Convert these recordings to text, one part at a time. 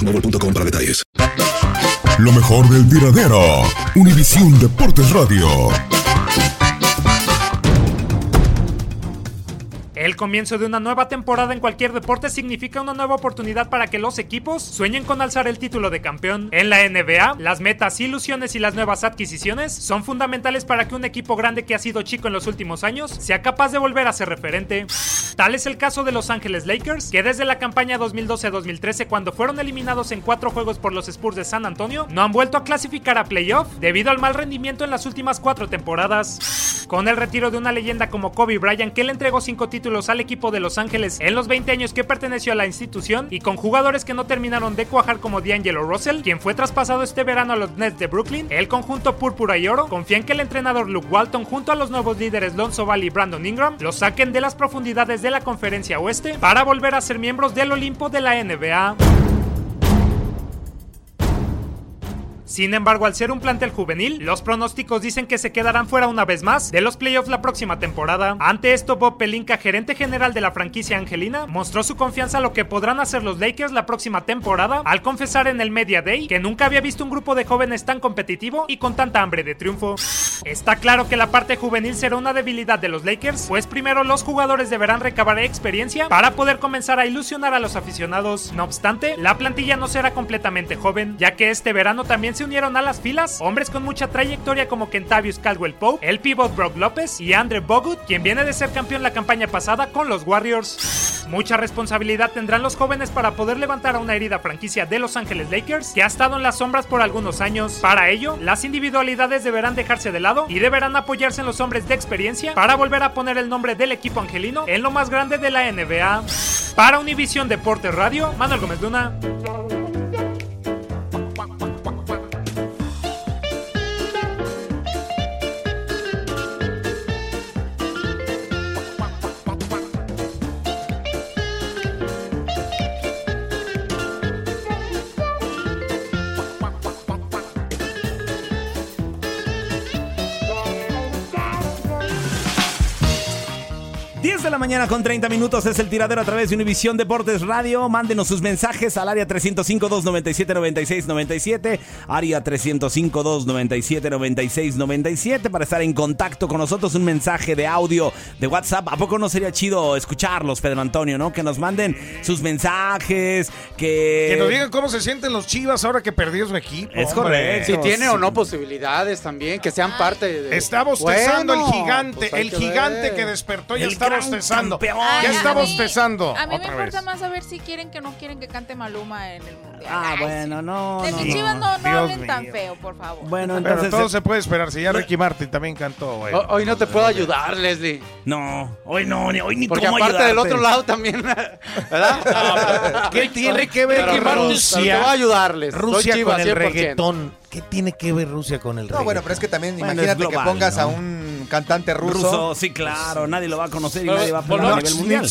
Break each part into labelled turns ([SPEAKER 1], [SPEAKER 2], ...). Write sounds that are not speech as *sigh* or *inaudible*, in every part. [SPEAKER 1] mobile.com para detalles.
[SPEAKER 2] Lo mejor del tiradero. Univisión Deportes Radio.
[SPEAKER 3] El comienzo de una nueva temporada en cualquier deporte significa una nueva oportunidad para que los equipos sueñen con alzar el título de campeón. En la NBA, las metas, ilusiones y las nuevas adquisiciones son fundamentales para que un equipo grande que ha sido chico en los últimos años sea capaz de volver a ser referente. Tal es el caso de Los Ángeles Lakers, que desde la campaña 2012-2013, cuando fueron eliminados en cuatro juegos por los Spurs de San Antonio, no han vuelto a clasificar a playoff debido al mal rendimiento en las últimas cuatro temporadas. Con el retiro de una leyenda como Kobe Bryant, que le entregó cinco títulos, al equipo de Los Ángeles en los 20 años que perteneció a la institución y con jugadores que no terminaron de cuajar como D'Angelo Russell, quien fue traspasado este verano a los Nets de Brooklyn, el conjunto púrpura y oro confía en que el entrenador Luke Walton junto a los nuevos líderes Lonzo Ball y Brandon Ingram los saquen de las profundidades de la conferencia oeste para volver a ser miembros del Olimpo de la NBA. Sin embargo, al ser un plantel juvenil, los pronósticos dicen que se quedarán fuera una vez más de los playoffs la próxima temporada. Ante esto, Bob Pelinka, gerente general de la franquicia angelina, mostró su confianza a lo que podrán hacer los Lakers la próxima temporada al confesar en el Media Day que nunca había visto un grupo de jóvenes tan competitivo y con tanta hambre de triunfo. Está claro que la parte juvenil será una debilidad de los Lakers, pues primero los jugadores deberán recabar experiencia para poder comenzar a ilusionar a los aficionados. No obstante, la plantilla no será completamente joven, ya que este verano también se se unieron a las filas hombres con mucha trayectoria como Kentavious Caldwell Pope, el pivot Brock López y Andre Bogut, quien viene de ser campeón la campaña pasada con los Warriors. Mucha responsabilidad tendrán los jóvenes para poder levantar a una herida franquicia de Los Ángeles Lakers que ha estado en las sombras por algunos años. Para ello, las individualidades deberán dejarse de lado y deberán apoyarse en los hombres de experiencia para volver a poner el nombre del equipo angelino en lo más grande de la NBA. Para Univisión Deportes Radio, Manuel Gómez Luna.
[SPEAKER 4] la mañana con 30 minutos es el tiradero a través de Univisión Deportes Radio. Mándenos sus mensajes al área 305-297-9697, área 305-297-9697 para estar en contacto con nosotros. Un mensaje de audio de WhatsApp. ¿A poco no sería chido escucharlos, Pedro Antonio, no? Que nos manden sus mensajes, que...
[SPEAKER 5] Que nos digan cómo se sienten los chivas ahora que perdió su equipo.
[SPEAKER 4] Eh, Es
[SPEAKER 5] hombre. ¿eh?
[SPEAKER 4] correcto.
[SPEAKER 6] Si tiene o no posibilidades también, que sean parte de...
[SPEAKER 5] Está bostezando
[SPEAKER 6] Bueno,
[SPEAKER 5] el gigante,
[SPEAKER 6] pues hay
[SPEAKER 5] el
[SPEAKER 6] que
[SPEAKER 5] gigante
[SPEAKER 6] ver.
[SPEAKER 5] que despertó y
[SPEAKER 4] El
[SPEAKER 5] está
[SPEAKER 4] gran
[SPEAKER 5] bostezando.
[SPEAKER 7] Ay,
[SPEAKER 5] Ya está
[SPEAKER 7] a mí-
[SPEAKER 5] bostezando.
[SPEAKER 7] A mí me
[SPEAKER 5] Otra
[SPEAKER 7] importa
[SPEAKER 5] vez.
[SPEAKER 7] más saber si quieren que no quieren que cante Maluma en el mundial.
[SPEAKER 4] Ah,
[SPEAKER 7] Ay,
[SPEAKER 4] bueno, no.
[SPEAKER 7] De
[SPEAKER 4] no,
[SPEAKER 7] mis
[SPEAKER 4] no.
[SPEAKER 7] chivas no, no
[SPEAKER 5] Dios
[SPEAKER 7] hablen tan
[SPEAKER 5] mío.
[SPEAKER 7] feo, por favor.
[SPEAKER 4] Bueno,
[SPEAKER 5] Pero
[SPEAKER 4] entonces.
[SPEAKER 5] todo se puede esperar. Si ya Ricky Martin también cantó, güey.
[SPEAKER 4] Ho-
[SPEAKER 8] Hoy no te puedo ayudar, Leslie.
[SPEAKER 4] No, hoy no, ni- hoy ni
[SPEAKER 8] Porque
[SPEAKER 4] cómo
[SPEAKER 8] aparte del
[SPEAKER 4] ayudarte.
[SPEAKER 8] otro lado también, *laughs* ¿verdad?
[SPEAKER 5] ¿Qué tiene que ver
[SPEAKER 8] Ricky Martin?
[SPEAKER 5] Rusia?
[SPEAKER 8] No te voy a ayudarles. Soy
[SPEAKER 5] Rusia
[SPEAKER 8] Chivas,
[SPEAKER 5] con el
[SPEAKER 8] 100%.
[SPEAKER 5] reggaetón. ¿Qué tiene que ver Rusia con el reggaetón?
[SPEAKER 9] No, bueno, pero es que también
[SPEAKER 4] Bueno,
[SPEAKER 9] imagínate
[SPEAKER 4] es global,
[SPEAKER 9] que pongas
[SPEAKER 4] ¿no?
[SPEAKER 9] a un cantante ruso.
[SPEAKER 4] Ruso, sí, claro. Nadie lo va a conocer y nadie va a
[SPEAKER 9] Volvamos-
[SPEAKER 4] poner a nivel mundial.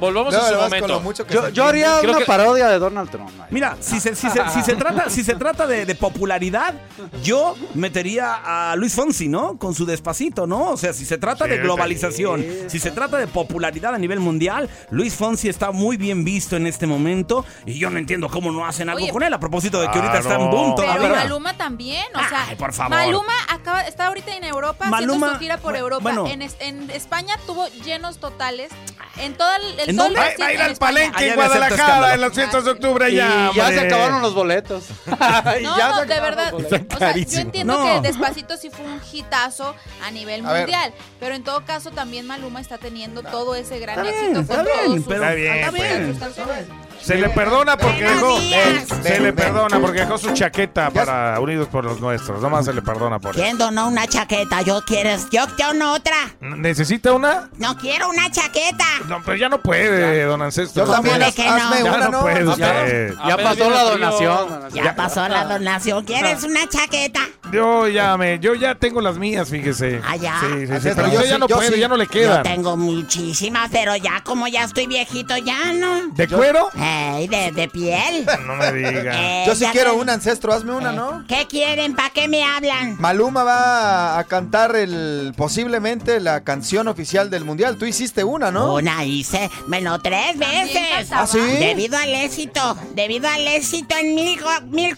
[SPEAKER 8] Volvamos
[SPEAKER 9] No,
[SPEAKER 8] a su
[SPEAKER 9] lo vas con
[SPEAKER 8] momento.
[SPEAKER 9] lo mucho que
[SPEAKER 8] yo,
[SPEAKER 9] se
[SPEAKER 8] yo haría
[SPEAKER 9] entiende. Creo
[SPEAKER 8] una
[SPEAKER 9] que-
[SPEAKER 8] parodia de Donald Trump. ahí.
[SPEAKER 4] Mira, si se, si se- si se trata, si se trata de, de popularidad, yo metería a Luis Fonsi, ¿no? Con su despacito, ¿no? O sea, si se trata de
[SPEAKER 10] Sí,
[SPEAKER 4] globalización, si se trata de popularidad a nivel mundial, Luis Fonsi está muy bien visto en este momento y yo no entiendo cómo no hacen algo
[SPEAKER 7] Oye,
[SPEAKER 4] con él, a propósito de que ahorita está en
[SPEAKER 10] Claro.
[SPEAKER 4] boom
[SPEAKER 7] Pero
[SPEAKER 4] todavía.
[SPEAKER 7] Maluma también, o sea,
[SPEAKER 4] Ay, por favor.
[SPEAKER 7] Maluma acaba, está ahorita en Europa
[SPEAKER 4] Maluma-
[SPEAKER 7] haciendo su gira por
[SPEAKER 4] bu-
[SPEAKER 7] Europa.
[SPEAKER 4] bueno.
[SPEAKER 7] en, es- en España tuvo llenos totales. En todo el, el
[SPEAKER 4] ¿En
[SPEAKER 7] todo el
[SPEAKER 4] dónde? Ah,
[SPEAKER 5] Va,
[SPEAKER 7] Brasil,
[SPEAKER 5] va a ir
[SPEAKER 7] en
[SPEAKER 5] al
[SPEAKER 7] España.
[SPEAKER 5] palenque en
[SPEAKER 8] Allá me acepto escándalo.
[SPEAKER 5] Guadalajara en las fiestas de octubre.
[SPEAKER 8] Y
[SPEAKER 5] Ya,
[SPEAKER 8] ya se
[SPEAKER 5] hombre.
[SPEAKER 8] acabaron los *laughs* boletos. Y
[SPEAKER 7] No,
[SPEAKER 8] ya
[SPEAKER 7] no,
[SPEAKER 8] se
[SPEAKER 7] de
[SPEAKER 8] acabaron
[SPEAKER 7] verdad.
[SPEAKER 8] los boletos.
[SPEAKER 7] O sea, yo entiendo
[SPEAKER 8] No.
[SPEAKER 7] que Despacito sí fue un hitazo a nivel
[SPEAKER 8] A ver.
[SPEAKER 7] mundial, pero en todo caso también Maluma está teniendo todo ese gran
[SPEAKER 4] Está
[SPEAKER 7] éxito
[SPEAKER 4] bien,
[SPEAKER 7] con
[SPEAKER 4] está
[SPEAKER 7] todos
[SPEAKER 4] bien,
[SPEAKER 7] sus-
[SPEAKER 4] pero-
[SPEAKER 5] Está bien,
[SPEAKER 7] sus-
[SPEAKER 5] pues.
[SPEAKER 7] sus canciones.
[SPEAKER 5] Se le perdona porque dejó. eh,
[SPEAKER 7] días.
[SPEAKER 5] Se le perdona porque dejó su chaqueta para Unidos por los Nuestros. Nomás se le perdona por eso.
[SPEAKER 11] ¿Quién donó una chaqueta? Yo quieres, yo quiero una otra.
[SPEAKER 5] ¿Necesita una?
[SPEAKER 11] No quiero una chaqueta.
[SPEAKER 5] No, pero ya no puede, don Ancestro.
[SPEAKER 11] Yo también,
[SPEAKER 5] Ya
[SPEAKER 11] ¿de qué no?
[SPEAKER 5] ya
[SPEAKER 11] Una,
[SPEAKER 5] no
[SPEAKER 11] ¿no?
[SPEAKER 5] puede
[SPEAKER 11] Ya-
[SPEAKER 5] usted.
[SPEAKER 9] Ah,
[SPEAKER 8] ya Apenas pasó viene la el frío. donación.
[SPEAKER 11] Ya, pasó la donación. ¿Quieres una chaqueta?
[SPEAKER 5] Yo ya me, yo ya tengo las mías, fíjese. Ah,
[SPEAKER 11] ya.
[SPEAKER 5] Sí, sí, sí,
[SPEAKER 11] Ancestro,
[SPEAKER 5] pero
[SPEAKER 11] yo
[SPEAKER 5] usted ya
[SPEAKER 11] sí,
[SPEAKER 5] no
[SPEAKER 11] yo
[SPEAKER 5] puede,
[SPEAKER 11] sí.
[SPEAKER 5] ya no le
[SPEAKER 11] Yo
[SPEAKER 5] quedan.
[SPEAKER 11] tengo muchísimas, pero ya como ya estoy viejito, ya no.
[SPEAKER 5] ¿De cuero?
[SPEAKER 11] Ey, de, de piel.
[SPEAKER 5] No me diga.
[SPEAKER 11] *laughs* Eh,
[SPEAKER 9] Yo sí
[SPEAKER 11] ya
[SPEAKER 9] quiero
[SPEAKER 11] ven.
[SPEAKER 9] un ancestro, hazme una, ¿no?
[SPEAKER 11] ¿Qué quieren? ¿Para qué me hablan?
[SPEAKER 9] Maluma va a cantar el posiblemente la canción oficial del mundial. Tú hiciste una, ¿no?
[SPEAKER 11] Una hice, bueno, tres veces.
[SPEAKER 9] cantaba. ¿Ah, sí?
[SPEAKER 11] Debido al éxito, debido al éxito en mil, mil-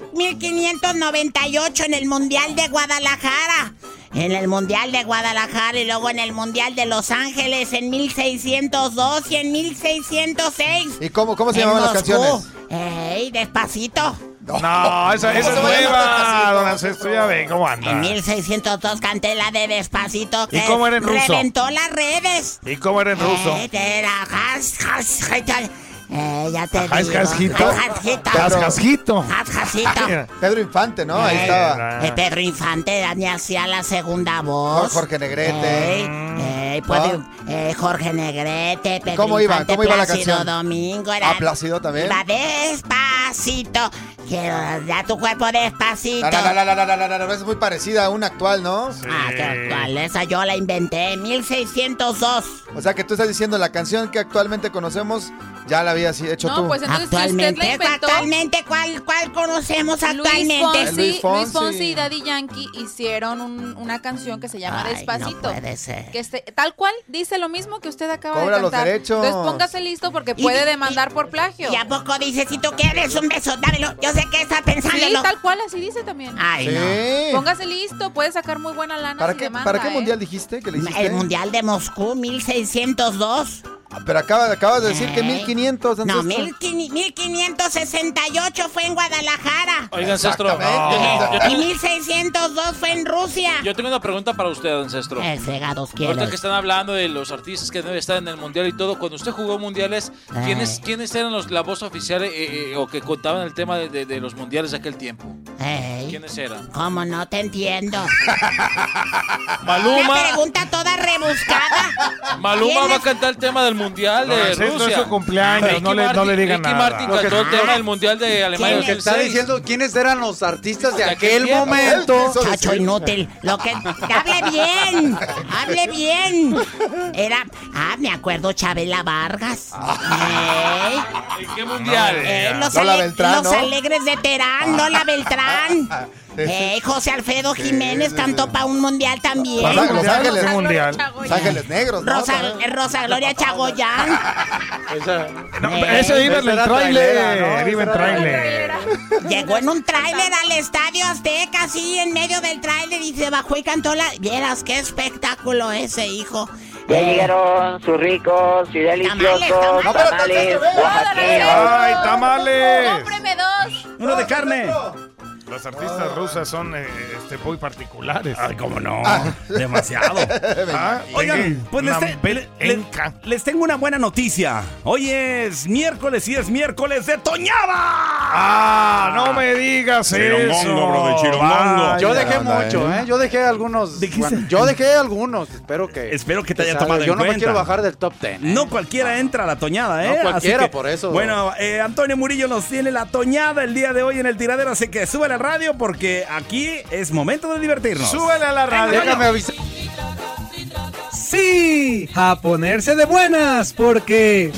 [SPEAKER 11] 1598 en el Mundial de Guadalajara. En el Mundial de Guadalajara y luego en el Mundial de Los Ángeles en 1602 y en 1606.
[SPEAKER 9] ¿Y cómo, cómo se
[SPEAKER 11] En
[SPEAKER 9] llamaban las
[SPEAKER 11] Moscú.
[SPEAKER 9] canciones?
[SPEAKER 11] Ey, despacito.
[SPEAKER 5] No, esa, esa es
[SPEAKER 11] ¿Cómo se llama
[SPEAKER 5] nueva, don Ancestro. Ya ve cómo
[SPEAKER 11] En
[SPEAKER 5] anda.
[SPEAKER 11] 1602 canté la de Despacito.
[SPEAKER 5] Ah. ¿Y
[SPEAKER 11] que
[SPEAKER 5] cómo era en ruso?
[SPEAKER 11] Reventó las redes.
[SPEAKER 5] ¿Y cómo era en ruso?
[SPEAKER 11] Eh, te la jas- jas- jeta- eh, ya te
[SPEAKER 5] Ajá, es
[SPEAKER 11] digo.
[SPEAKER 5] jasjito.
[SPEAKER 11] Jas- jasjito.
[SPEAKER 5] Cascasquito.
[SPEAKER 11] Jas-
[SPEAKER 9] *laughs*
[SPEAKER 11] jasjito.
[SPEAKER 9] Pedro Infante, ¿no? Ahí
[SPEAKER 11] Eh,
[SPEAKER 9] estaba.
[SPEAKER 11] eh, Pedro Infante Dani hacía la segunda voz.
[SPEAKER 9] Jorge Negrete.
[SPEAKER 11] Ey, ey, pues,
[SPEAKER 9] Ah.
[SPEAKER 11] eh, Jorge Negrete, Pedro
[SPEAKER 9] ¿Cómo iba?
[SPEAKER 11] Infante,
[SPEAKER 9] ¿Cómo iba la
[SPEAKER 11] Plácido
[SPEAKER 9] canción?
[SPEAKER 11] Domingo. Era,
[SPEAKER 9] Ah, Plácido también.
[SPEAKER 11] iba despacito. Quiero dar tu cuerpo despacito.
[SPEAKER 9] La, la, la, la, la, la, la, la, la, es muy parecida a una actual, ¿no?
[SPEAKER 11] Ah, qué actual, esa yo la inventé en 1602.
[SPEAKER 9] O sea que tú estás diciendo la canción que actualmente conocemos ya la habías hecho tú.
[SPEAKER 11] actualmente, actualmente, ¿cuál, cuál conocemos
[SPEAKER 7] Luis
[SPEAKER 11] actualmente?
[SPEAKER 7] Fonsi,
[SPEAKER 9] Luis
[SPEAKER 7] Luis
[SPEAKER 9] Fonsi.
[SPEAKER 7] Fonsi. y Daddy Yankee hicieron un- una canción que se llama
[SPEAKER 11] Ay,
[SPEAKER 7] Despacito.
[SPEAKER 11] no puede ser.
[SPEAKER 7] Que este- tal cual dice lo mismo que usted acaba
[SPEAKER 11] Cobra
[SPEAKER 7] de
[SPEAKER 11] los
[SPEAKER 7] cantar.
[SPEAKER 11] derechos.
[SPEAKER 7] Entonces póngase listo porque
[SPEAKER 11] Y-
[SPEAKER 7] puede demandar por plagio.
[SPEAKER 11] ¿Y a poco dice si tú quieres un beso, dámelo? Yo sé que estás pensando.
[SPEAKER 7] Sí, tal cual, así dice también.
[SPEAKER 11] Ay,
[SPEAKER 9] Sí.
[SPEAKER 11] no.
[SPEAKER 7] Póngase listo, puede sacar muy buena lana
[SPEAKER 9] ¿Para
[SPEAKER 7] si
[SPEAKER 9] qué,
[SPEAKER 7] demanda,
[SPEAKER 9] ¿Para qué
[SPEAKER 7] ¿eh?
[SPEAKER 9] mundial dijiste que le hiciste?
[SPEAKER 11] El Mundial de Moscú, 1602.
[SPEAKER 9] Ah, Pero acaba- acabas de decir que 1500.
[SPEAKER 11] No,
[SPEAKER 9] ancestro.
[SPEAKER 11] 1500 1568 fue en Guadalajara.
[SPEAKER 8] Oiga, ancestro.
[SPEAKER 11] Eh,
[SPEAKER 8] Yo, yo
[SPEAKER 11] Y
[SPEAKER 8] tengo,
[SPEAKER 11] 1602 fue en Rusia.
[SPEAKER 8] yo tengo una pregunta para usted, ancestro.
[SPEAKER 11] Eh, fregados,
[SPEAKER 8] Ahorita
[SPEAKER 11] ¿quieres?
[SPEAKER 8] que están hablando de los artistas que deben estar en el mundial y todo, cuando usted jugó mundiales, ¿quiénes, quiénes eran los, la voz oficial eh, eh, o que contaban el tema de, de- de los mundiales de aquel tiempo?
[SPEAKER 11] Ey.
[SPEAKER 8] ¿Quiénes eran?
[SPEAKER 11] ¿Cómo no te entiendo?
[SPEAKER 8] *laughs* Maluma.
[SPEAKER 11] Una pregunta toda rebuscada.
[SPEAKER 8] Maluma
[SPEAKER 11] ¿Quién
[SPEAKER 8] va a
[SPEAKER 11] es?
[SPEAKER 8] cantar el tema del mundial
[SPEAKER 5] Don
[SPEAKER 8] de
[SPEAKER 5] Ancestro,
[SPEAKER 8] Rusia.
[SPEAKER 5] es su cumpleaños,
[SPEAKER 8] Ricky
[SPEAKER 5] no le- no le digan
[SPEAKER 8] Ricky
[SPEAKER 5] nada.
[SPEAKER 8] Martin
[SPEAKER 5] Lo que-
[SPEAKER 8] cantó el tema del mundial de Alemania
[SPEAKER 11] ¿Quién
[SPEAKER 8] del
[SPEAKER 11] está
[SPEAKER 8] 2006.
[SPEAKER 11] diciendo
[SPEAKER 8] quiénes eran los artistas
[SPEAKER 11] de
[SPEAKER 8] aquel
[SPEAKER 11] Chacho inútil. Lo que. Hable bien. Hable bien. Era. Ah, me acuerdo Chabela Vargas. Ey.
[SPEAKER 8] ¿En qué mundial?
[SPEAKER 11] Eh, los,
[SPEAKER 9] Lola
[SPEAKER 11] ale-
[SPEAKER 9] Beltrán,
[SPEAKER 11] los
[SPEAKER 9] ¿no? Ah,
[SPEAKER 11] alegres de Terán, Lola
[SPEAKER 9] *laughs*
[SPEAKER 11] Beltrán. Eh, José Alfredo Jiménez cantó para un mundial también.
[SPEAKER 9] Los Ángeles, Los Ángeles,
[SPEAKER 11] Rosa-
[SPEAKER 9] mundial.
[SPEAKER 11] Chagoyán.
[SPEAKER 9] Los Ángeles Negros, ¿no?
[SPEAKER 11] Rosa, eh, Rosa Gloria
[SPEAKER 9] *laughs*
[SPEAKER 11] Chagoyán.
[SPEAKER 5] Ese Ese iba en el trailer. Iba en trailer.
[SPEAKER 11] Llegó en un tráiler al Estadio Azteca, así en medio del tráiler y se bajó y cantó la... Vieras qué espectáculo ese, hijo. *laughs*
[SPEAKER 12] Ya llegaron sus ricos y deliciosos tamales
[SPEAKER 11] Tamales, tamales. No, pero entonces,
[SPEAKER 12] oaxaqueños.
[SPEAKER 5] ¡Ay, tamales!
[SPEAKER 7] ¡Cómpreme dos!
[SPEAKER 4] Uno de carne.
[SPEAKER 5] Las artistas rusas son eh, este, muy particulares.
[SPEAKER 4] Ay, cómo no. Demasiado.
[SPEAKER 5] *laughs* Ah, este-
[SPEAKER 4] Oigan, pues les, te-
[SPEAKER 5] Nampel
[SPEAKER 4] le- le- les tengo una buena noticia. Hoy es miércoles y es miércoles de Toñada.
[SPEAKER 5] Ah, no me digas
[SPEAKER 4] Chirongongo,
[SPEAKER 5] eso.
[SPEAKER 4] bro, de chirongongo.
[SPEAKER 5] Vaya,
[SPEAKER 10] Yo dejé
[SPEAKER 5] anda,
[SPEAKER 10] mucho, ¿eh? Yo dejé algunos. bueno, yo dejé algunos. Espero que.
[SPEAKER 4] Espero que te haya
[SPEAKER 10] salga.
[SPEAKER 4] tomado en
[SPEAKER 10] Yo no me
[SPEAKER 4] cuenta.
[SPEAKER 10] quiero bajar del top 10.
[SPEAKER 4] No cualquiera entra a la toñada, ¿eh?
[SPEAKER 10] No cualquiera,
[SPEAKER 4] Así que,
[SPEAKER 10] por eso.
[SPEAKER 4] Bueno, eh, Antonio Murillo nos tiene la toñada el día de hoy en el tiradero, así que sube la radio porque aquí es momento de divertirnos.
[SPEAKER 5] Súbele a la radio. Déjame
[SPEAKER 4] avisar.
[SPEAKER 13] Sí, a ponerse de buenas porque...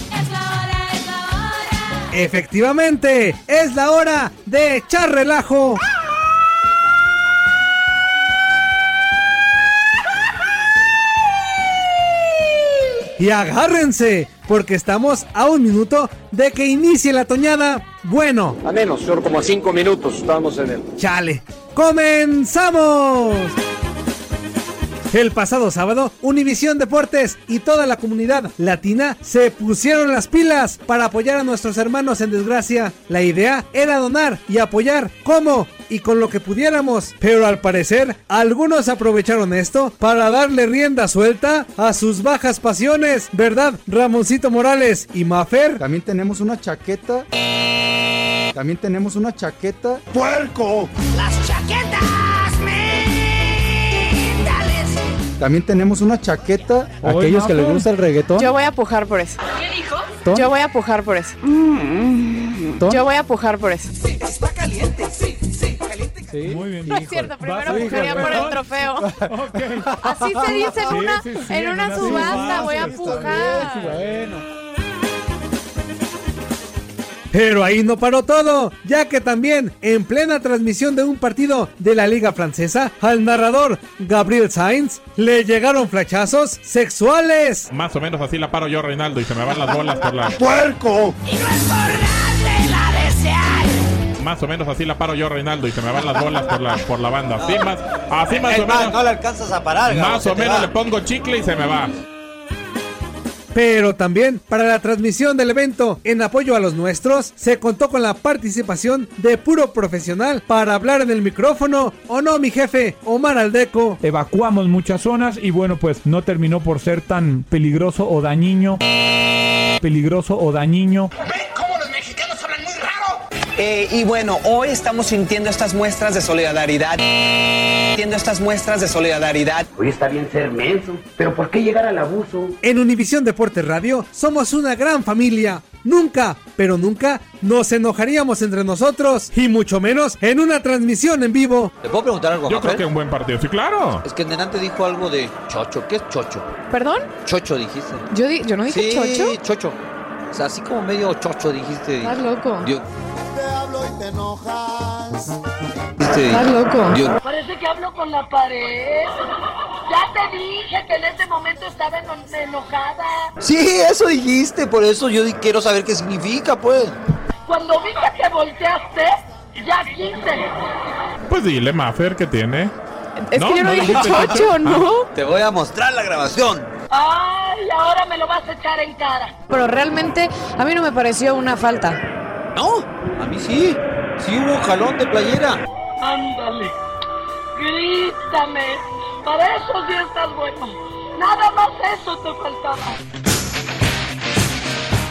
[SPEAKER 13] Efectivamente, es la hora de echar relajo. Y agárrense, porque estamos a un minuto de que inicie la toñada. Bueno. A menos, son como a cinco minutos, estamos en el... Chale. ¡Comenzamos! El pasado sábado, Univisión Deportes y toda la comunidad latina se pusieron las pilas para apoyar a nuestros hermanos en desgracia. La idea era donar y apoyar como y con lo que pudiéramos, pero al parecer algunos aprovecharon esto para darle rienda suelta a sus bajas pasiones, ¿verdad? Ramoncito Morales y Mafer. También tenemos una chaqueta. También tenemos una chaqueta. ¡Puerco!
[SPEAKER 14] Las chaquetas mentales.
[SPEAKER 13] También tenemos una chaqueta.
[SPEAKER 6] Aquellos que les gusta
[SPEAKER 13] el reggaetón.
[SPEAKER 15] Yo voy a pujar por eso.
[SPEAKER 14] ¿Qué dijo?
[SPEAKER 13] ¿Ton?
[SPEAKER 15] Yo voy a pujar por eso.
[SPEAKER 13] ¿Ton?
[SPEAKER 15] Mm, Yo voy a pujar por eso.
[SPEAKER 14] Está caliente, sí, sí, caliente.
[SPEAKER 13] Muy bien.
[SPEAKER 15] No es cierto, primero
[SPEAKER 14] Vas a-
[SPEAKER 15] pujaría por el
[SPEAKER 14] Híjole.
[SPEAKER 15] trofeo.
[SPEAKER 11] *laughs*
[SPEAKER 15] Así se dice en
[SPEAKER 14] Sí,
[SPEAKER 15] una,
[SPEAKER 14] sí, sí,
[SPEAKER 15] en una subasta, voy a pujar.
[SPEAKER 13] Pero ahí no paró todo, ya que también en plena transmisión de un partido de la Liga Francesa, al narrador Gabriel Sainz le llegaron flachazos sexuales.
[SPEAKER 16] Más o menos así la paro yo, Reinaldo, y se me van las bolas por
[SPEAKER 13] *laughs*
[SPEAKER 16] la.
[SPEAKER 13] ¡Puerco!
[SPEAKER 14] La desear.
[SPEAKER 16] Más o menos así la paro yo, Reinaldo, y se me van las bolas por la, por la banda. Así más, así más o
[SPEAKER 17] Es más,
[SPEAKER 16] menos.
[SPEAKER 17] no le alcanzas a parar, Gabo,
[SPEAKER 16] Más
[SPEAKER 17] se
[SPEAKER 16] o
[SPEAKER 17] te
[SPEAKER 16] menos
[SPEAKER 17] va.
[SPEAKER 16] le pongo chicle y se me va.
[SPEAKER 13] Pero también para la transmisión del evento en apoyo a los nuestros se contó con la participación de puro profesional para hablar en el micrófono o no mi jefe Omar Aldeco.
[SPEAKER 18] Evacuamos muchas zonas y bueno, pues no terminó por ser tan peligroso o dañino. Peligroso o dañino.
[SPEAKER 19] Eh, y bueno, hoy estamos sintiendo estas muestras de solidaridad. Sintiendo estas muestras de solidaridad. Hoy está bien ser menso, pero ¿por qué llegar al abuso?
[SPEAKER 13] En Univisión Deportes Radio somos una gran familia. Nunca, pero nunca nos enojaríamos entre nosotros y mucho menos en una transmisión en vivo.
[SPEAKER 17] ¿Le puedo preguntar algo a
[SPEAKER 16] Yo creo
[SPEAKER 17] Mafer?
[SPEAKER 16] que un buen partido, sí, claro.
[SPEAKER 17] Es que el Nenante dijo algo de chocho. ¿Qué es chocho?
[SPEAKER 15] ¿Perdón?
[SPEAKER 17] Chocho dijiste.
[SPEAKER 15] Yo, di- yo no dije
[SPEAKER 17] sí,
[SPEAKER 15] chocho.
[SPEAKER 17] chocho. O sea, así como medio chocho dijiste.
[SPEAKER 15] Estás loco.
[SPEAKER 17] Yo- dijiste-
[SPEAKER 15] Estás loco.
[SPEAKER 17] yo-
[SPEAKER 14] Parece que hablo con la pared. Ya te dije que en este momento estaba eno- enojada.
[SPEAKER 17] Sí, eso dijiste. Por eso yo di- quiero saber qué significa, pues.
[SPEAKER 14] Cuando vi que te volteaste, ya quise.
[SPEAKER 16] Pues dile, Mafer, que tiene.
[SPEAKER 14] Es que yo no dije chocho, ¿no?
[SPEAKER 16] Ah.
[SPEAKER 17] Te voy a mostrar la grabación.
[SPEAKER 14] Ay, ahora me lo vas a echar en cara.
[SPEAKER 15] Pero realmente a mí no me pareció una falta.
[SPEAKER 17] No, a mí sí. Sí hubo jalón de playera.
[SPEAKER 14] Ándale. Grítame. Para eso sí estás bueno. Nada más eso te faltaba.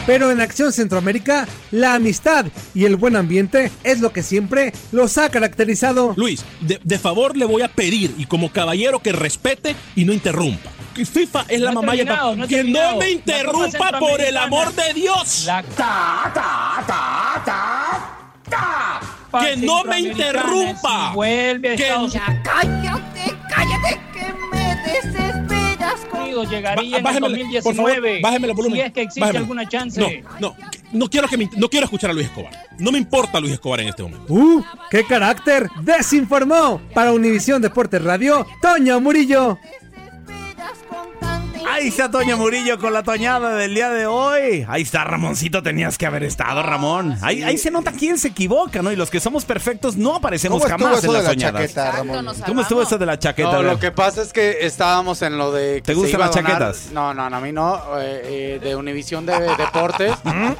[SPEAKER 13] Pero en Acción Centroamérica, la amistad y el buen ambiente es lo que siempre los ha caracterizado.
[SPEAKER 20] Luis, de, de favor le voy a pedir y como caballero que respete y no interrumpa. Que FIFA es la
[SPEAKER 21] No he
[SPEAKER 20] mamá y el
[SPEAKER 21] terminado,
[SPEAKER 20] papá.
[SPEAKER 21] no he
[SPEAKER 20] que no
[SPEAKER 21] terminado.
[SPEAKER 20] me
[SPEAKER 21] La
[SPEAKER 20] interrumpa
[SPEAKER 21] Copa
[SPEAKER 20] por el
[SPEAKER 21] Centroamericana.
[SPEAKER 20] amor de Dios.
[SPEAKER 21] Ta, ta, ta, ta, ta.
[SPEAKER 20] Que no me
[SPEAKER 21] Centroamericana,
[SPEAKER 20] interrumpa.
[SPEAKER 21] si Vuelve a
[SPEAKER 20] Que-
[SPEAKER 21] Estados
[SPEAKER 20] Ya
[SPEAKER 21] cállate, cállate, que me desesperas conmigo. Llegaría en el
[SPEAKER 20] Bájemele, por
[SPEAKER 21] 2019.
[SPEAKER 20] favor, bájemele el volumen.
[SPEAKER 21] Si es que existe
[SPEAKER 20] Bájemele.
[SPEAKER 21] alguna chance.
[SPEAKER 20] No, no, que- no quiero que me inter- no quiero escuchar a Luis Escobar. No me importa Luis Escobar en este momento.
[SPEAKER 13] ¡Uh! ¡Qué carácter! ¡Desinformó! Para Univisión Deportes Radio, Toño Murillo.
[SPEAKER 4] Ahí está Toño Murillo con la toñada del día de hoy. Ahí está Ramoncito, tenías que haber estado, Ramón.
[SPEAKER 6] Ah,
[SPEAKER 4] Ahí, ahí se nota quién se equivoca, ¿no? Y los que somos perfectos no aparecemos
[SPEAKER 6] ¿Cómo estuvo
[SPEAKER 4] jamás
[SPEAKER 6] eso
[SPEAKER 4] en
[SPEAKER 6] de
[SPEAKER 4] las
[SPEAKER 6] la
[SPEAKER 4] toñadas.
[SPEAKER 6] chaqueta, Ramón? Exacto, nos
[SPEAKER 4] ¿Cómo estuvo eso de la chaqueta?
[SPEAKER 6] No,
[SPEAKER 4] A ver.
[SPEAKER 6] lo que pasa es que estábamos en lo de... que
[SPEAKER 4] ¿Te
[SPEAKER 6] se
[SPEAKER 4] gustan
[SPEAKER 6] iba a
[SPEAKER 4] las
[SPEAKER 6] donar-
[SPEAKER 4] chaquetas?
[SPEAKER 6] No, no, no, a mí no. eh, eh, de Univisión de
[SPEAKER 4] *laughs* ¿Mm?
[SPEAKER 6] Deportes.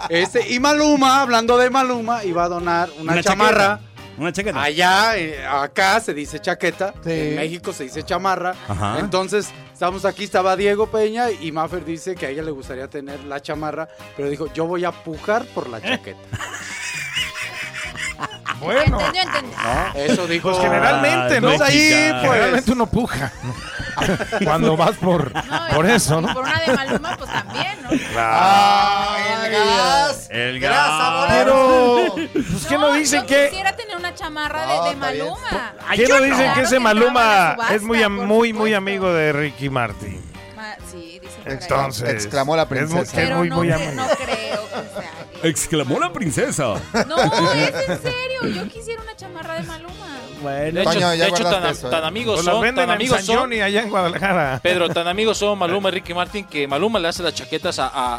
[SPEAKER 6] este, y Maluma, hablando de Maluma, iba a donar una, Una chamarra. Una
[SPEAKER 4] Una chaqueta.
[SPEAKER 6] Allá, eh, acá se dice chaqueta. En México se dice chamarra.
[SPEAKER 4] Ajá.
[SPEAKER 6] Entonces, estamos aquí, estaba Diego Peña y Maffer dice que a ella le gustaría tener la chamarra, pero dijo, yo voy a pujar por
[SPEAKER 4] ¿Eh?
[SPEAKER 6] la
[SPEAKER 4] *laughs*
[SPEAKER 6] chaqueta.
[SPEAKER 5] Bueno.
[SPEAKER 7] Entendió, entendió.
[SPEAKER 6] Ah, Eso dijo.
[SPEAKER 5] Pues generalmente, ¿no?
[SPEAKER 6] Pues ahí,
[SPEAKER 5] México.
[SPEAKER 6] pues.
[SPEAKER 5] Generalmente
[SPEAKER 6] *laughs*
[SPEAKER 5] uno *laughs* puja. Cuando vas por, por eso, ¿no?
[SPEAKER 7] Por una de Maluma, pues también, ¿no?
[SPEAKER 5] Ay,
[SPEAKER 7] El
[SPEAKER 5] gas.
[SPEAKER 7] bolero.
[SPEAKER 5] Pero, pues, ¿qué no dicen
[SPEAKER 7] yo
[SPEAKER 5] que
[SPEAKER 7] quisiera tener una chamarra de, de Maluma.
[SPEAKER 5] ¿Qué no dicen que ese
[SPEAKER 7] Claro entraba a
[SPEAKER 5] Maluma
[SPEAKER 7] la
[SPEAKER 5] es muy,
[SPEAKER 7] subasta,
[SPEAKER 5] am-
[SPEAKER 7] por
[SPEAKER 5] muy, muy
[SPEAKER 7] supuesto.
[SPEAKER 5] amigo de Ricky Martin?
[SPEAKER 7] Ma- Sí, dicen por ahí.
[SPEAKER 5] Entonces.
[SPEAKER 9] Exclamó la princesa.
[SPEAKER 5] Es, mu- que es
[SPEAKER 7] Pero
[SPEAKER 5] muy,
[SPEAKER 7] no,
[SPEAKER 5] muy
[SPEAKER 7] cre-
[SPEAKER 5] amigo.
[SPEAKER 7] no creo que sea.
[SPEAKER 4] *laughs* Exclamó la princesa.
[SPEAKER 7] No, es en serio. Yo quisiera una chamarra de Maluma.
[SPEAKER 8] De hecho,
[SPEAKER 5] Toño, ya
[SPEAKER 8] de hecho,
[SPEAKER 5] guardaste
[SPEAKER 8] tan, am-
[SPEAKER 5] eso, eh.
[SPEAKER 8] tan amigos
[SPEAKER 5] Pues las
[SPEAKER 8] son,
[SPEAKER 5] venden
[SPEAKER 8] tan
[SPEAKER 5] en
[SPEAKER 8] amigos
[SPEAKER 5] San
[SPEAKER 8] son.
[SPEAKER 5] Johnny, allá en Guadalajara.
[SPEAKER 8] Pedro, tan amigos son Maluma y Ricky Martin que Maluma le hace las chaquetas a, a-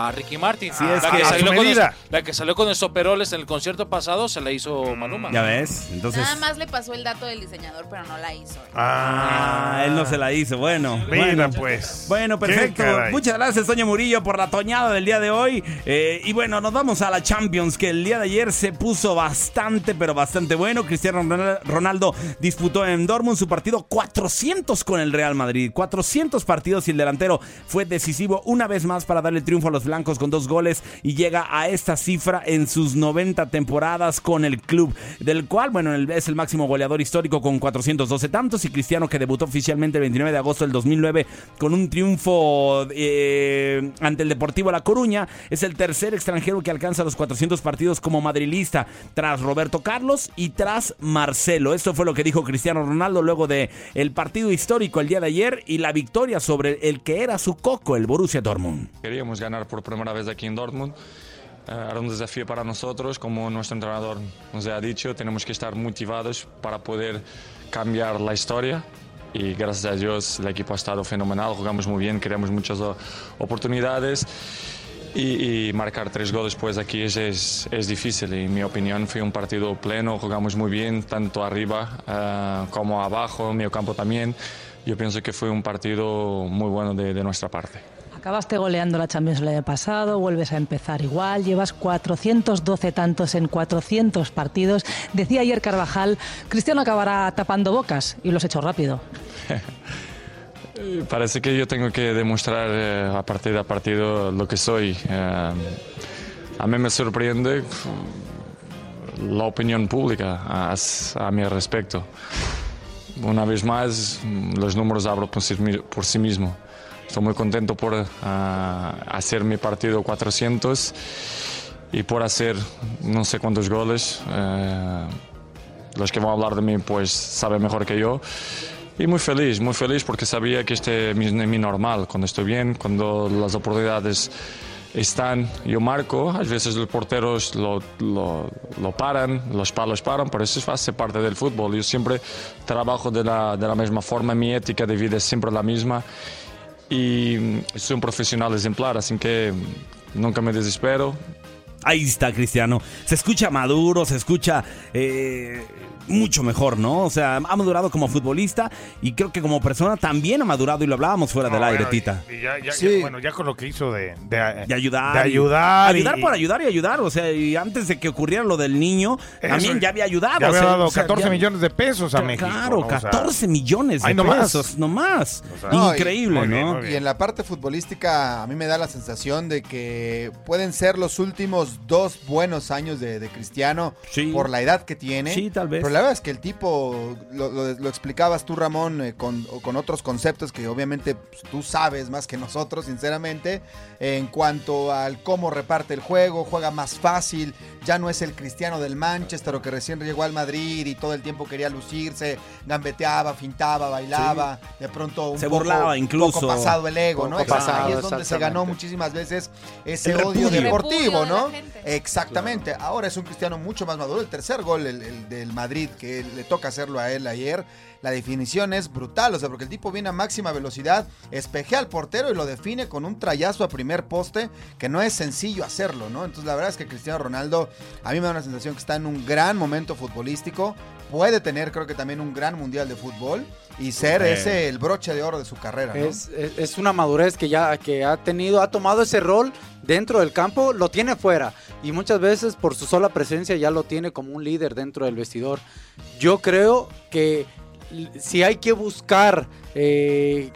[SPEAKER 8] a- a Ricky Martin.
[SPEAKER 4] Sí, es
[SPEAKER 8] la,
[SPEAKER 4] que- a su
[SPEAKER 8] salió con
[SPEAKER 4] medida.
[SPEAKER 8] el- la que salió con el soperoles en el concierto pasado se la hizo Maluma.
[SPEAKER 4] Ya ves, entonces.
[SPEAKER 7] Nada más le pasó el dato del diseñador, pero no la hizo.
[SPEAKER 4] Ah, él no se la hizo. Bueno.
[SPEAKER 5] Mira,
[SPEAKER 4] bueno.
[SPEAKER 5] pues.
[SPEAKER 4] Bueno, perfecto.
[SPEAKER 5] Qué caray.
[SPEAKER 4] Muchas gracias, Toño Murillo, por la toñada del día de hoy. Eh, y bueno, nos vamos a la Champions, que el día de ayer se puso bastante, pero bastante bueno. Cristiano Ronal- Ronaldo disputó en Dortmund su partido 400 con el Real Madrid. 400 partidos y el delantero fue decisivo una vez más para darle triunfo a los blancos con dos goles y llega a esta cifra en sus 90 temporadas con el club, del cual, bueno, el- es el máximo goleador histórico con 412 tantos y Cristiano que debutó oficialmente el 29 de agosto del 2009 con un triunfo eh, ante el Deportivo La Coruña, es el tercer extranjero que alcanza los 400 partidos como madrilista tras Roberto Carlos y tras Marcelo. Esto fue lo que dijo Cristiano Ronaldo luego de el partido histórico el día de ayer y la victoria sobre el que era su coco, el Borussia Dortmund.
[SPEAKER 22] Queríamos ganar por primera vez aquí en Dortmund. Eh, Era un desafío para nosotros, como nuestro entrenador nos ha dicho, tenemos que estar motivados para poder cambiar la historia. Y gracias a Dios el equipo ha estado fenomenal, jugamos muy bien, creamos muchas o- oportunidades. Y, y marcar tres goles pues aquí es, es, es difícil. Y en mi opinión fue un partido pleno, jugamos muy bien, tanto arriba eh, como abajo, medio campo también. Yo pienso que fue un partido muy bueno de- de nuestra parte.
[SPEAKER 23] Acabaste goleando la Champions el año pasado, vuelves a empezar igual, llevas 412 tantos en 400 partidos. Decía ayer Carvajal, Cristiano acabará tapando bocas y los he hecho rápido.
[SPEAKER 22] Eh, Parece que yo tengo que demostrar eh, a partido a partido lo que soy. Eh, a mí me sorprende pf, la opinión pública a, a mi respecto. Una vez más, mm, los números hablan por sí, mi- por sí mismo. Estoy muy contento por ah, hacer mi partido 400 y por hacer no sé cuántos goles. Eh, los que van a hablar de mí pues saben mejor que yo. Y muy feliz, muy feliz porque sabía que este es mi, mi normal, cuando estoy bien, cuando las oportunidades están, yo marco, a veces los porteros lo, lo- lo paran, los palos paran, pero eso hace parte del fútbol. Yo siempre trabajo de la, de la misma forma, mi ética de vida es siempre la misma y mm, soy un profesional ejemplar, así que mm, nunca me desespero,
[SPEAKER 4] Ahí está Cristiano. Se escucha maduro, se escucha eh, mucho mejor, ¿no? O sea, ha madurado como futbolista y creo que como persona también ha madurado y lo hablábamos fuera del
[SPEAKER 5] No,
[SPEAKER 4] aire,
[SPEAKER 5] bueno,
[SPEAKER 4] Tita.
[SPEAKER 5] Y ya, ya,
[SPEAKER 4] Sí.
[SPEAKER 5] ya, bueno, ya con lo que hizo de, de,
[SPEAKER 4] De ayudar.
[SPEAKER 5] De
[SPEAKER 4] y-
[SPEAKER 5] ayudar. y-
[SPEAKER 4] ayudar por ayudar y ayudar. O sea, y antes de que ocurriera lo del niño,
[SPEAKER 5] Eso,
[SPEAKER 4] también ya había ayudado.
[SPEAKER 5] ya había
[SPEAKER 4] o sea,
[SPEAKER 5] dado
[SPEAKER 4] o sea,
[SPEAKER 5] 14
[SPEAKER 4] ya-
[SPEAKER 5] millones de pesos a México.
[SPEAKER 4] Claro,
[SPEAKER 5] ¿no? O sea,
[SPEAKER 4] 14 millones de
[SPEAKER 5] ay, no más.
[SPEAKER 4] pesos, nomás.
[SPEAKER 5] sea,
[SPEAKER 9] No, y-
[SPEAKER 4] Increíble, ¿no?
[SPEAKER 9] Y en la parte futbolística, a mí me da la sensación de que pueden ser los últimos dos buenos años de, de Cristiano por la edad que tiene.
[SPEAKER 4] Sí, tal vez.
[SPEAKER 9] Pero la verdad es que el tipo, lo, lo- lo explicabas tú, Ramón, eh, con, o con otros conceptos que obviamente pues, tú sabes más que nosotros, sinceramente, en cuanto al cómo reparte el juego, juega más fácil, ya no es el Cristiano del Manchester o que recién llegó al Madrid y todo el tiempo quería lucirse, gambeteaba, fintaba, bailaba, de pronto un
[SPEAKER 4] Se
[SPEAKER 9] poco-
[SPEAKER 4] burlaba incluso.
[SPEAKER 9] poco pasado el ego, ¿no?
[SPEAKER 4] Poco
[SPEAKER 9] Exacto. Ahí
[SPEAKER 4] pasado,
[SPEAKER 9] es donde se ganó muchísimas veces ese
[SPEAKER 4] El
[SPEAKER 9] odio
[SPEAKER 4] repudio.
[SPEAKER 9] deportivo,
[SPEAKER 7] El repudio
[SPEAKER 9] ¿no?
[SPEAKER 7] de la gente.
[SPEAKER 9] Exactamente. Ahora es un cristiano mucho más maduro. El tercer gol, el, el del Madrid, que le toca hacerlo a él ayer. La definición es brutal, o sea, porque el tipo viene a máxima velocidad, espejea al portero y lo define con un trayazo a primer poste, que no es sencillo hacerlo, ¿no? Entonces la verdad es que Cristiano Ronaldo, a mí me da una sensación que está en un gran momento futbolístico, puede tener creo que también un gran mundial de fútbol y ser
[SPEAKER 6] Sí.
[SPEAKER 9] ese el broche de oro de su carrera. ¿no?
[SPEAKER 6] Es, es- es una madurez que ya que ha tenido, ha tomado ese rol dentro del campo, lo tiene fuera. Y muchas veces por su sola presencia ya lo tiene como un líder dentro del vestidor. Yo creo que l- si hay que buscar eh,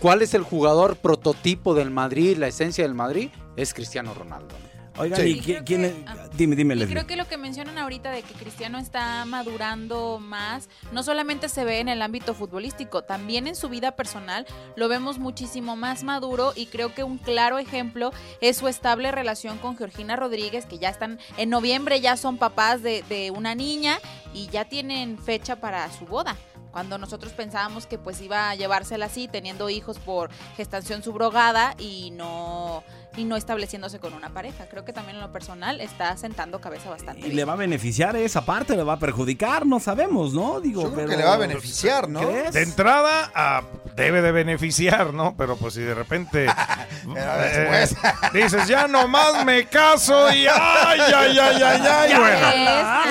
[SPEAKER 6] cuál es el jugador prototipo del Madrid, la esencia del Madrid, es Cristiano Ronaldo.
[SPEAKER 4] Oigan, ¿y qui- quién es? Dime, dime,
[SPEAKER 7] Y
[SPEAKER 4] Leslie.
[SPEAKER 7] creo que lo que mencionan ahorita de que Cristiano está madurando más, no solamente se ve en el ámbito futbolístico, también en su vida personal lo vemos muchísimo más maduro y creo que un claro ejemplo es su estable relación con Georgina Rodríguez, que ya están en noviembre, ya son papás de, de una niña y ya tienen fecha para su boda. Cuando nosotros pensábamos que pues iba a llevársela así, teniendo hijos por gestación subrogada y no y no estableciéndose con una pareja. Creo que también en lo personal está sentando cabeza bastante.
[SPEAKER 4] ¿Y
[SPEAKER 7] bien.
[SPEAKER 4] le va a beneficiar esa parte? ¿Le va a perjudicar? No sabemos, ¿no? Digo,
[SPEAKER 9] Yo creo
[SPEAKER 4] pero-
[SPEAKER 9] que le va a beneficiar, ¿no?
[SPEAKER 4] ¿Crees?
[SPEAKER 9] De
[SPEAKER 5] entrada, ah, debe de beneficiar, ¿no? Pero pues si
[SPEAKER 9] *laughs*
[SPEAKER 5] de repente eh, dices, ya nomás me caso y ay, ay, ay, ay, ay,
[SPEAKER 7] Ya
[SPEAKER 5] bueno.
[SPEAKER 7] ves,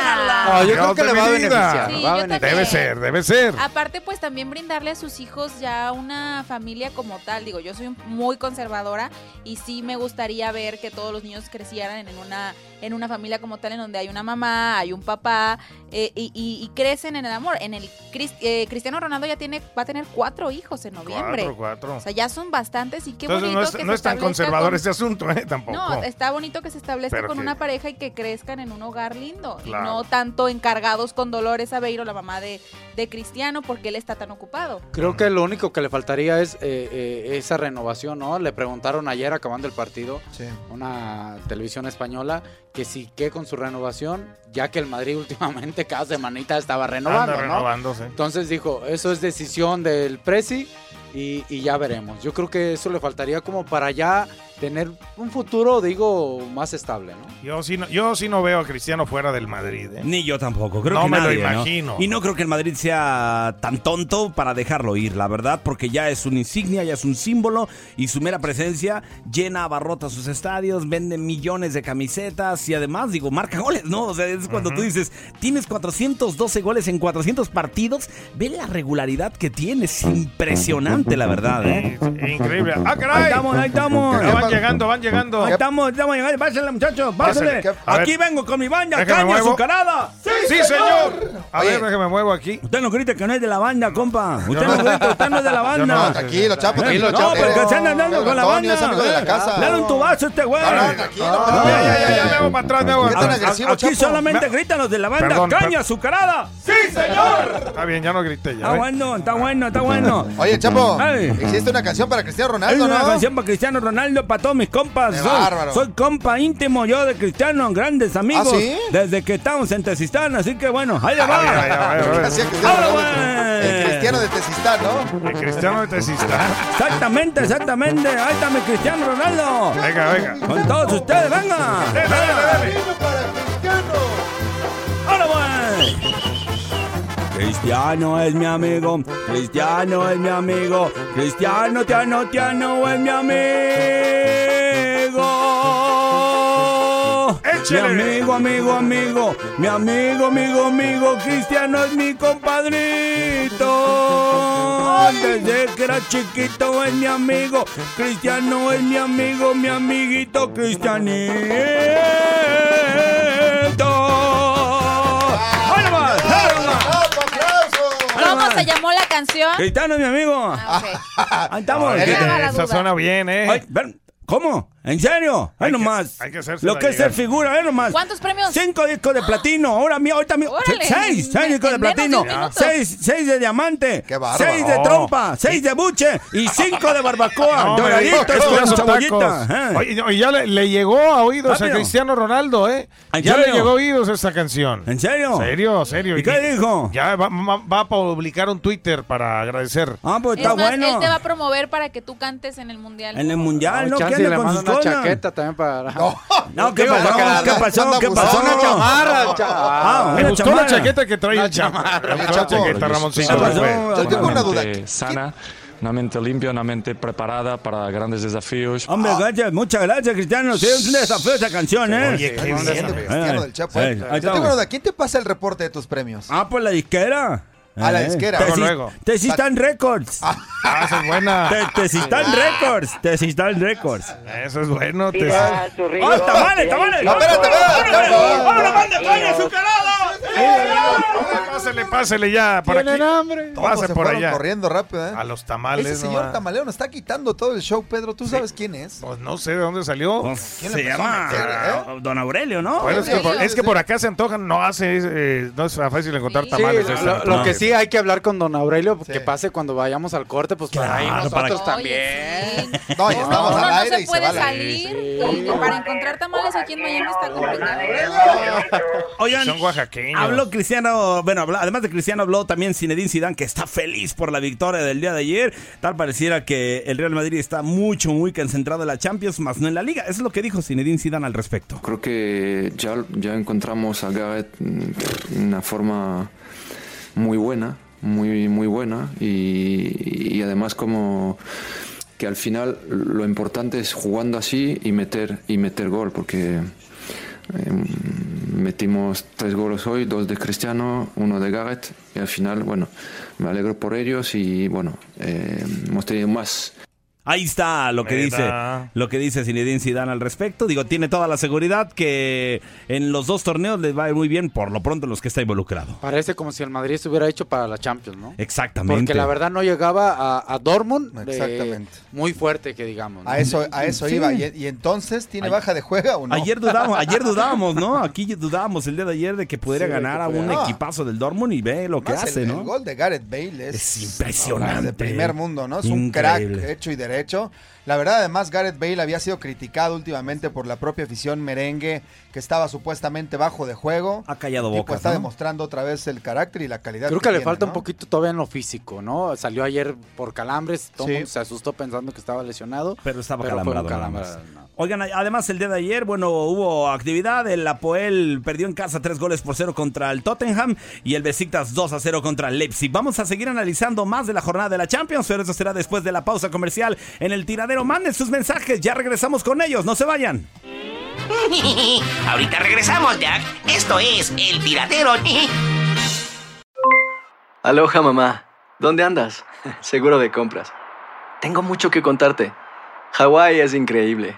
[SPEAKER 7] ala.
[SPEAKER 5] No, yo
[SPEAKER 6] creo que le va a beneficiar,
[SPEAKER 7] Sí,
[SPEAKER 5] va a
[SPEAKER 7] yo
[SPEAKER 5] beneficiar.
[SPEAKER 7] también.
[SPEAKER 5] Debe ser, debe ser.
[SPEAKER 7] Aparte, pues también brindarle a sus hijos ya una familia como tal. Digo, yo soy muy conservadora y sí me gustaría ver que todos los niños crecieran en una, en una familia como tal, en donde hay una mamá, hay un papá eh, y, y- y crecen en el amor. En el Cris- eh, Cristiano Ronaldo ya tiene, va a tener cuatro hijos en noviembre.
[SPEAKER 5] Cuatro, cuatro.
[SPEAKER 7] O sea, ya son bastantes y qué
[SPEAKER 5] Entonces
[SPEAKER 7] bonito
[SPEAKER 5] no es,
[SPEAKER 7] que
[SPEAKER 5] no
[SPEAKER 7] se
[SPEAKER 5] es tan
[SPEAKER 7] establezca
[SPEAKER 5] conservador
[SPEAKER 7] con-
[SPEAKER 5] este asunto, ¿eh? Tampoco.
[SPEAKER 7] No, está bonito que se establezca
[SPEAKER 5] Pero
[SPEAKER 7] con
[SPEAKER 5] que-
[SPEAKER 7] una pareja y que crezcan en un hogar lindo.
[SPEAKER 5] Claro.
[SPEAKER 7] Y no tanto encargados con Dolores Aveiro, la mamá de, de Cristiano, porque él está tan ocupado.
[SPEAKER 6] Creo que lo único que le faltaría es eh, eh, esa renovación, ¿no? Le preguntaron ayer, acabando el partido, una televisión española, que si qué con su renovación, ya que el Madrid *laughs* últimamente cada semanita estaba renovando,
[SPEAKER 5] Anda
[SPEAKER 6] ¿no?
[SPEAKER 5] renovándose.
[SPEAKER 6] Entonces dijo, eso es decisión del Presi y, y ya veremos. Yo creo que eso le faltaría como para ya tener un futuro, digo, más estable, ¿no?
[SPEAKER 4] *laughs*
[SPEAKER 5] Yo sí, no, yo sí no veo a Cristiano fuera del Madrid. ¿eh?
[SPEAKER 4] Ni yo tampoco, creo
[SPEAKER 5] No
[SPEAKER 4] que
[SPEAKER 5] me lo
[SPEAKER 4] nadie, ¿no?
[SPEAKER 5] imagino.
[SPEAKER 4] Y no creo que el Madrid sea tan tonto para dejarlo ir, la verdad, porque ya es una insignia, ya es un símbolo y su mera presencia llena, abarrota sus estadios, vende millones de camisetas y además, digo, marca goles, ¿no? O sea, es cuando tú dices, tienes 412 goles en 400 partidos, ve la regularidad que tienes, impresionante, la verdad, ¿eh?
[SPEAKER 5] Increíble. ¡Ah, caray!
[SPEAKER 4] Ahí estamos, ahí estamos.
[SPEAKER 5] Ah, van llegando, van llegando.
[SPEAKER 4] Ahí estamos, estamos llegando. Pásale, muchachos, pásale.
[SPEAKER 5] Pásale, ¿qué? A ver.
[SPEAKER 4] Aquí vengo con mi banda,
[SPEAKER 5] Déjame
[SPEAKER 4] caña
[SPEAKER 5] muevo.
[SPEAKER 4] azucarada.
[SPEAKER 5] ¡Sí, señor! A ver, déjame muevo aquí.
[SPEAKER 4] Usted no grita que no es de la banda, compa. Usted
[SPEAKER 5] Yo
[SPEAKER 4] no,
[SPEAKER 5] no.
[SPEAKER 4] grita, usted no es de la
[SPEAKER 5] Yo
[SPEAKER 4] banda.
[SPEAKER 5] no, tranquilo,
[SPEAKER 9] Chapo,
[SPEAKER 4] Eh,
[SPEAKER 9] tranquilo,
[SPEAKER 4] No,
[SPEAKER 9] Chapo.
[SPEAKER 4] pero que se anda andando con la
[SPEAKER 9] Antonio
[SPEAKER 4] banda.
[SPEAKER 9] es amigo de la casa.
[SPEAKER 4] Dale un tubazo a este güey.
[SPEAKER 5] Ya, ya, ya, ya, me hago para atrás, me hago
[SPEAKER 4] A-
[SPEAKER 5] para atrás.
[SPEAKER 4] a- Aquí solamente gritan los de la banda.
[SPEAKER 5] Perdón,
[SPEAKER 4] ¡Caña
[SPEAKER 5] per-
[SPEAKER 4] azucarada!
[SPEAKER 5] ¡Sí, señor! Está bien, ya no grité ya.
[SPEAKER 4] Está
[SPEAKER 5] ¿eh?
[SPEAKER 4] bueno, está bueno, está bueno.
[SPEAKER 9] Oye, Chapo,
[SPEAKER 4] Ay.
[SPEAKER 9] existe una canción para Cristiano
[SPEAKER 4] Es
[SPEAKER 9] Ronaldo,
[SPEAKER 4] una
[SPEAKER 9] ¿no?
[SPEAKER 4] canción para Cristiano Ronaldo, para todos mis compas.
[SPEAKER 9] Qué
[SPEAKER 4] Soy,
[SPEAKER 9] bárbaro.
[SPEAKER 4] soy compa íntimo yo de Cristiano, grandes amigos.
[SPEAKER 9] ¿Ah, sí?
[SPEAKER 4] Desde que estamos en Tezistán, así que bueno, ahí le va.
[SPEAKER 5] Ay, ay, ay, ay, ay.
[SPEAKER 9] Hacía Cristiano Ronaldo. El Cristiano de Tesistán, ¿no?
[SPEAKER 5] El Cristiano de Tesistán.
[SPEAKER 4] Exactamente, exactamente. Ahí está mi Cristiano Ronaldo.
[SPEAKER 5] Venga, venga.
[SPEAKER 4] Con todos ustedes, Eh, venga.
[SPEAKER 5] Dale, dale, dale.
[SPEAKER 4] ¡Ahora voy! Cristiano es mi amigo, Cristiano es mi amigo, Cristiano Tiano Tiano es mi amigo.
[SPEAKER 5] Échale.
[SPEAKER 4] Mi amigo, amigo, amigo, mi amigo, amigo, amigo, Cristiano es mi compadrito. Desde que era chiquito es mi amigo, Cristiano es mi amigo, mi amiguito Cristianito. ¡Ahí nomás! ¡Ahí nomás!
[SPEAKER 7] ¿Cómo se llamó la canción?
[SPEAKER 4] Cristiano es mi amigo.
[SPEAKER 7] Ah, ok.
[SPEAKER 4] Ahí estamos.
[SPEAKER 5] Oye,
[SPEAKER 7] Me daba la
[SPEAKER 5] Esa
[SPEAKER 7] duda.
[SPEAKER 5] suena bien, ¿eh?
[SPEAKER 4] Ay, ven, ¿Cómo? ¿En serio? Ahí
[SPEAKER 5] Hay que-
[SPEAKER 4] nomás.
[SPEAKER 5] hay que hacérsela
[SPEAKER 4] Lo que es ser
[SPEAKER 5] llegar.
[SPEAKER 4] figura, ahí nomás.
[SPEAKER 7] ¿Cuántos premios?
[SPEAKER 4] Cinco discos de platino. Ahora mío, ahorita mío.
[SPEAKER 7] Órale,
[SPEAKER 4] seis,
[SPEAKER 7] en-
[SPEAKER 4] seis discos de
[SPEAKER 7] en menos de un
[SPEAKER 4] platino.
[SPEAKER 7] minuto.
[SPEAKER 4] Seis, seis de diamante.
[SPEAKER 9] bárbaro.
[SPEAKER 4] seis de
[SPEAKER 5] Oh.
[SPEAKER 4] trompa. Seis de buche. Y cinco de barbacoa.
[SPEAKER 5] No, me digas que
[SPEAKER 4] doraditos
[SPEAKER 5] estos
[SPEAKER 4] con
[SPEAKER 5] son
[SPEAKER 4] cebollita.
[SPEAKER 5] tacos.
[SPEAKER 4] ¿eh?
[SPEAKER 5] Oye, no, y ya le, le llegó a oídos a
[SPEAKER 4] Rápido.
[SPEAKER 5] Cristiano Ronaldo, ¿eh?
[SPEAKER 4] ¿En
[SPEAKER 5] Ya le
[SPEAKER 4] serio?
[SPEAKER 5] llegó a oídos esta canción.
[SPEAKER 4] ¿En serio?
[SPEAKER 5] Serio, serio.
[SPEAKER 4] ¿Y qué dijo?
[SPEAKER 5] Ya va, va- va a publicar un Twitter para agradecer.
[SPEAKER 4] Ah, pues está
[SPEAKER 7] es más, este
[SPEAKER 4] bueno.
[SPEAKER 7] él te va a promover para que tú cantes en el mundial.
[SPEAKER 4] En el mundial, ¿no? ¿Qué
[SPEAKER 6] Chance y
[SPEAKER 4] anda
[SPEAKER 6] le
[SPEAKER 4] con
[SPEAKER 6] manda
[SPEAKER 4] sus
[SPEAKER 6] una
[SPEAKER 4] cosas?
[SPEAKER 6] chaqueta también para... *laughs*
[SPEAKER 4] No, ¿qué
[SPEAKER 6] Digo,
[SPEAKER 4] pasó?
[SPEAKER 6] para que la-
[SPEAKER 4] ¿Qué pasó?
[SPEAKER 9] anda
[SPEAKER 4] ¿Qué pasó?
[SPEAKER 9] abusando.
[SPEAKER 6] Una chamarra,
[SPEAKER 4] Ah,
[SPEAKER 5] Me
[SPEAKER 4] una
[SPEAKER 5] gustó
[SPEAKER 4] chamarra.
[SPEAKER 5] la chaqueta que traía el chamo. Me
[SPEAKER 9] Oye,
[SPEAKER 5] gustó la
[SPEAKER 9] Chapo,
[SPEAKER 5] chaqueta, Ramoncito.
[SPEAKER 22] ¿Qué pasó?
[SPEAKER 5] güey.
[SPEAKER 9] Yo tengo una duda.
[SPEAKER 22] mente sana, una mente limpia, una mente preparada para grandes desafíos.
[SPEAKER 4] Hombre, gracias, muchas gracias, Cristiano. Sí, es un desafío esa canción, ¿eh?
[SPEAKER 5] Oye, qué
[SPEAKER 9] Cristiano
[SPEAKER 5] bien.
[SPEAKER 9] Cristiano del Chapo.
[SPEAKER 4] Eh, ahí
[SPEAKER 9] Yo tengo
[SPEAKER 4] estamos.
[SPEAKER 9] una duda. ¿Quién te pasa el reporte de tus premios?
[SPEAKER 4] Ah, pues la disquera.
[SPEAKER 9] A la disquera.
[SPEAKER 4] Tesis-
[SPEAKER 9] Luego, luego.
[SPEAKER 4] Tesistán Records.
[SPEAKER 5] Ah, esa es buena.
[SPEAKER 4] Te- Tesistán Records. Tesistán Records.
[SPEAKER 5] Ah. Eso es
[SPEAKER 4] *laughs*
[SPEAKER 5] bueno. te-
[SPEAKER 4] Mira,
[SPEAKER 5] ¡Oh,
[SPEAKER 4] ¡Oh, tamales, tamales!
[SPEAKER 5] No, espérate, espérate,
[SPEAKER 4] ¡Vámonos,
[SPEAKER 5] espérate.
[SPEAKER 4] vámonos, manda paña,
[SPEAKER 5] Pásele, pásele ya. Por aquí.
[SPEAKER 9] Tienen hambre. Todos se
[SPEAKER 5] Pase por
[SPEAKER 9] fueron
[SPEAKER 5] allá.
[SPEAKER 9] corriendo rápido, ¿eh?
[SPEAKER 5] A los tamales.
[SPEAKER 9] Ese
[SPEAKER 5] no
[SPEAKER 9] señor
[SPEAKER 5] va.
[SPEAKER 9] tamaleo nos está quitando todo el show, Pedro. ¿Tú sabes quién es?
[SPEAKER 5] Pues no sé de dónde salió.
[SPEAKER 9] ¿Quién le empezó a meter,
[SPEAKER 4] eh? Don Aurelio, ¿no?
[SPEAKER 5] Bueno, es que, por, es que por acá se antojan, no hace, eh, no es fácil encontrar tamales.
[SPEAKER 6] Sí,
[SPEAKER 5] es
[SPEAKER 6] lo,
[SPEAKER 5] cierto.
[SPEAKER 6] lo que sí hay que hablar con don Aurelio que pase cuando vayamos al corte, pues para
[SPEAKER 4] Ah,
[SPEAKER 6] ir
[SPEAKER 5] Claro,
[SPEAKER 6] nosotros
[SPEAKER 5] para que-
[SPEAKER 6] también.
[SPEAKER 9] No, ya estamos
[SPEAKER 7] Uno
[SPEAKER 9] al
[SPEAKER 7] no
[SPEAKER 9] aire
[SPEAKER 7] se
[SPEAKER 9] y
[SPEAKER 7] puede
[SPEAKER 9] se va al aire.
[SPEAKER 7] salir y para encontrar tamales aquí en Miami está complicado.
[SPEAKER 4] Oigan,
[SPEAKER 5] Son oaxaqueños.
[SPEAKER 4] Habló Cristiano, bueno, habló- además de Cristiano habló también Zinedine Zidane que está feliz por la victoria del día de ayer. Tal pareciera que el Real Madrid está mucho muy concentrado en la Champions, más no en la Liga. Eso es lo que dijo Zinedine Zidane al respecto.
[SPEAKER 24] Creo que ya, ya encontramos a Gareth mm, una forma muy buena, muy, muy buena y, y además como que al final lo importante es jugando así y meter, y meter gol porque eh, metimos tres goles hoy, dos de Cristiano, uno de Gareth y al final, bueno, me alegro por ellos y bueno, eh, hemos tenido más,
[SPEAKER 4] Ahí está lo que
[SPEAKER 24] Mira.
[SPEAKER 4] dice, lo que dice Zinedine Zidane al respecto. Digo, tiene toda la seguridad que en los dos torneos les va a ir muy bien, por lo pronto en los que está involucrado.
[SPEAKER 6] Parece como si el Madrid se hubiera hecho para la Champions, ¿no?
[SPEAKER 4] Exactamente.
[SPEAKER 6] Porque la verdad no llegaba a, a Dortmund eh,
[SPEAKER 9] Exactamente.
[SPEAKER 6] muy fuerte, que digamos. ¿no?
[SPEAKER 9] A eso, a eso iba. ¿Y, y entonces tiene baja de juega o no?
[SPEAKER 4] Ayer dudábamos, ayer dudábamos, ¿no? Aquí dudábamos el día de ayer de que pudiera
[SPEAKER 9] Sí, de que
[SPEAKER 4] ganar a un
[SPEAKER 9] pudiera. No.
[SPEAKER 4] equipazo del Dortmund y ve lo que
[SPEAKER 9] Más
[SPEAKER 4] hace,
[SPEAKER 9] el,
[SPEAKER 4] ¿no?
[SPEAKER 9] el gol de Gareth Bale es,
[SPEAKER 4] Es impresionante.
[SPEAKER 9] de primer mundo, ¿no? Es un
[SPEAKER 4] Increíble.
[SPEAKER 9] crack hecho y derecho. La verdad, además, Gareth Bale había sido criticado últimamente por la propia afición merengue, que estaba supuestamente bajo de juego.
[SPEAKER 4] Ha callado
[SPEAKER 9] Tipo,
[SPEAKER 6] bocas,
[SPEAKER 9] está
[SPEAKER 6] ¿no?
[SPEAKER 9] demostrando otra vez el carácter y la calidad.
[SPEAKER 6] Creo que le
[SPEAKER 9] tiene,
[SPEAKER 6] falta
[SPEAKER 9] ¿no?
[SPEAKER 6] un poquito todavía en lo físico, ¿no? Salió ayer por calambres, todo el
[SPEAKER 9] Sí.
[SPEAKER 6] mundo se asustó pensando que estaba lesionado.
[SPEAKER 4] Pero estaba
[SPEAKER 6] fue un
[SPEAKER 4] calambrado nada más.
[SPEAKER 6] calambrado, ¿no?
[SPEAKER 4] Oigan, a- además el día de ayer, bueno, hubo actividad. El Apoel perdió en casa tres goles por cero contra el Tottenham y el Besiktas 2 a 0 contra el Leipzig. Vamos a seguir analizando más de la jornada de la Champions, pero eso será después de la pausa comercial en el tiradero. Manden sus mensajes, ya regresamos con ellos, no se vayan.
[SPEAKER 25] Ahorita regresamos, Jack. Esto es El Tiradero.
[SPEAKER 17] Aloha mamá, ¿dónde andas? *laughs* Seguro de compras. Tengo mucho que contarte. Hawái es increíble.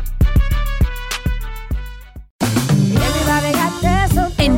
[SPEAKER 26] En